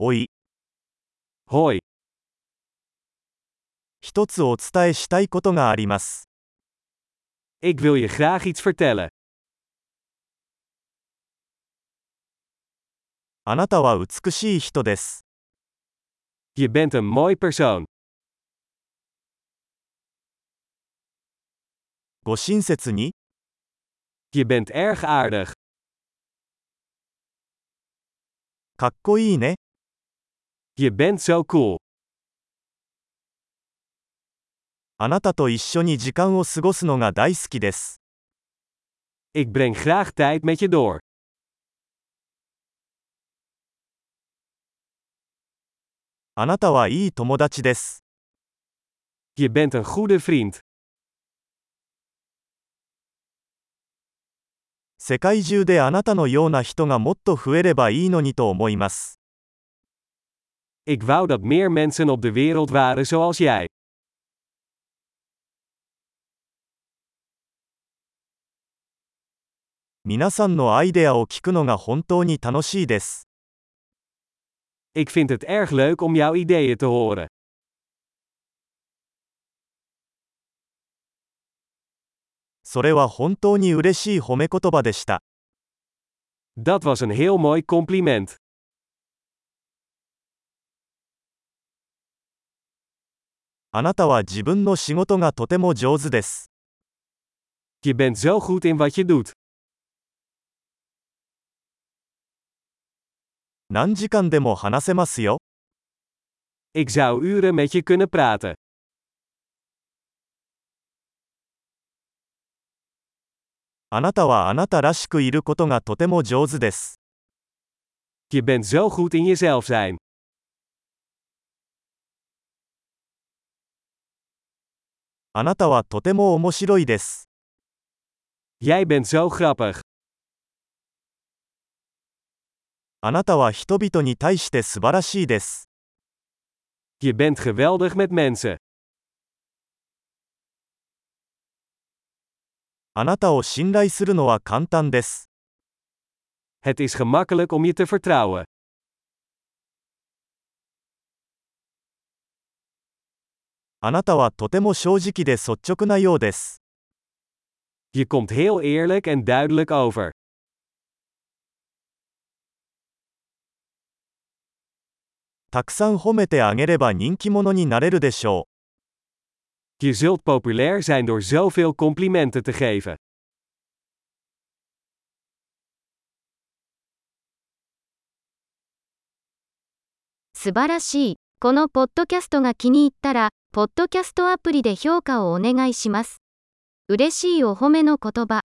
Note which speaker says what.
Speaker 1: おい。はい。一つお伝えしたいことがあります。
Speaker 2: Ik wil je graag iets vertellen.
Speaker 1: あなたは美しい人です。
Speaker 2: Je bent een mooi persoon.
Speaker 1: ご親切に、
Speaker 2: Je bent erg aardig.
Speaker 1: かっこいいね。
Speaker 2: Je bent zo cool.
Speaker 1: あなたと一緒に時間を過ごすのが大好きです。
Speaker 2: Ik breng graag tijd met je door.
Speaker 1: あなたはいい友達です。
Speaker 2: Je bent een goede vriend.
Speaker 1: 世界中であなたのような人がもっと増えればいいのにと思います。
Speaker 2: Ik wou dat meer mensen op de wereld waren zoals jij.
Speaker 1: 皆さんのアイデアを聞くのが本当に楽しいです。
Speaker 2: Ik vind het erg leuk om jouw ideeën te horen.
Speaker 1: それは本当に嬉しい褒め言葉でした。
Speaker 2: Dat was een heel mooi compliment.
Speaker 1: あなたは自分の仕事がとても上手です。
Speaker 2: Je bent zo goed in wat je doet.
Speaker 1: 何時間でも話せますよ。
Speaker 2: Ik zou uren met je kunnen praten.
Speaker 1: あなたはあなたらしくいることがとても上手です。
Speaker 2: Je bent zo goed in jezelf zijn.
Speaker 1: あなたはとても面白いです。
Speaker 2: Jij bent zo grappig.
Speaker 1: あなたは人々に対して素晴らしいです。
Speaker 2: Je bent geweldig met mensen.
Speaker 1: あなたを信頼するのは簡単です。
Speaker 2: Het is gemakkelijk om je te vertrouwen.
Speaker 1: あなたはとても正直で率直なようです。
Speaker 2: Je komt heel eerlijk en duidelijk over.
Speaker 1: たくさん褒めてあげれば人気者になれるでしょ
Speaker 2: Je zult populair zijn door zoveel complimenten te geven.
Speaker 3: 素晴らしい。このポッドキャストが気に入ったら、ポッドキャストアプリで評価をお願いします。嬉しいお褒めの言葉。